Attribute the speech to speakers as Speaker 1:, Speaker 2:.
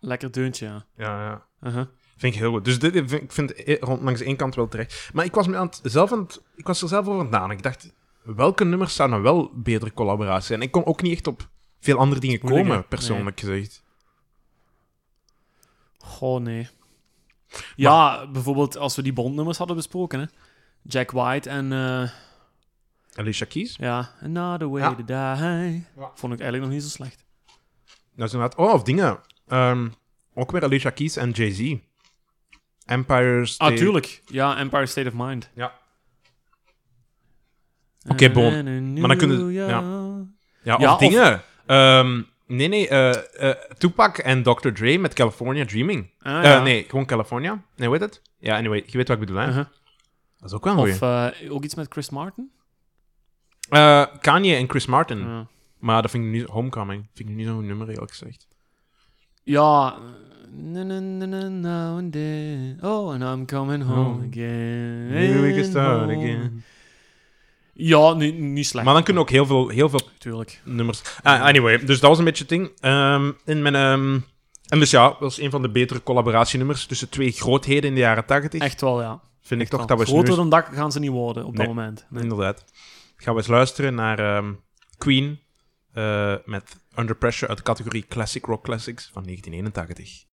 Speaker 1: Lekker deuntje, ja.
Speaker 2: Ja, ja.
Speaker 1: Uh-huh.
Speaker 2: Vind ik heel goed. Dus dit, vind, ik vind eh, langs één kant wel terecht. Maar ik was, me aan het, zelf aan het, ik was er zelf over aan het nadenken. Ik dacht, welke nummers zouden nou wel betere collaboratie zijn? Ik kon ook niet echt op veel andere dingen
Speaker 1: Moeilijk, hè?
Speaker 2: komen, persoonlijk gezegd.
Speaker 1: Goh, nee. Ja, bijvoorbeeld als we die bondnummers hadden besproken, hè. Jack White en, eh,
Speaker 2: Alicia Keys?
Speaker 1: ja, Another Way
Speaker 2: Ja.
Speaker 1: to Die. Vond ik eigenlijk nog niet zo slecht.
Speaker 2: Dat is inderdaad... Oh, of dingen. Ehm, ook weer Alicia Keys en Jay-Z. Empire State...
Speaker 1: Ah, tuurlijk. Ja, Empire State of Mind.
Speaker 2: Ja. Oké, bon. Maar dan kunnen- ja.
Speaker 1: Ah,
Speaker 2: Ja, of
Speaker 1: Ja, of-
Speaker 2: dingen. Ehm, nee, nee. eh, eh, Tupac en Dr. Dre met California Dreaming.
Speaker 1: Ah,
Speaker 2: Eh,
Speaker 1: ja.
Speaker 2: nee, gewoon California. Nee, weet het? Ja, anyway, je weet wat ik bedoel, hè?
Speaker 1: Uh-huh.
Speaker 2: Dat is ook wel een goeie.
Speaker 1: Of eh, ook iets met Chris Martin?
Speaker 2: Eh, Kanye en Chris Martin.
Speaker 1: Ja.
Speaker 2: Maar dat vind ik niet... Homecoming. Vind ik niet zo'n nummer, eerlijk gezegd.
Speaker 1: Ja. eh, Na, na, na, na, now and then. Oh, and I'm coming home
Speaker 2: Oh.
Speaker 1: again.
Speaker 2: Here we can
Speaker 1: and
Speaker 2: start
Speaker 1: home.
Speaker 2: again.
Speaker 1: Ja, ni- niet slecht.
Speaker 2: Maar dan kunnen ook heel veel, heel veel
Speaker 1: Tuurlijk.
Speaker 2: nummers... Ah, anyway, dus dat was een beetje het ding. Ehm, in mijn... ehm, en dus ja, dat was een van de betere collaboratienummers tussen twee grootheden in de jaren tachtig.
Speaker 1: Echt wel, ja.
Speaker 2: Vind ik
Speaker 1: Echt
Speaker 2: toch
Speaker 1: wel.
Speaker 2: dat we
Speaker 1: Groter
Speaker 2: nu...
Speaker 1: dan dat gaan ze niet worden op
Speaker 2: Nee.
Speaker 1: dat moment. Nee.
Speaker 2: Inderdaad. Gaan we eens luisteren naar ehm, Queen eh, met Under Pressure uit de categorie Classic Rock Classics van 1981.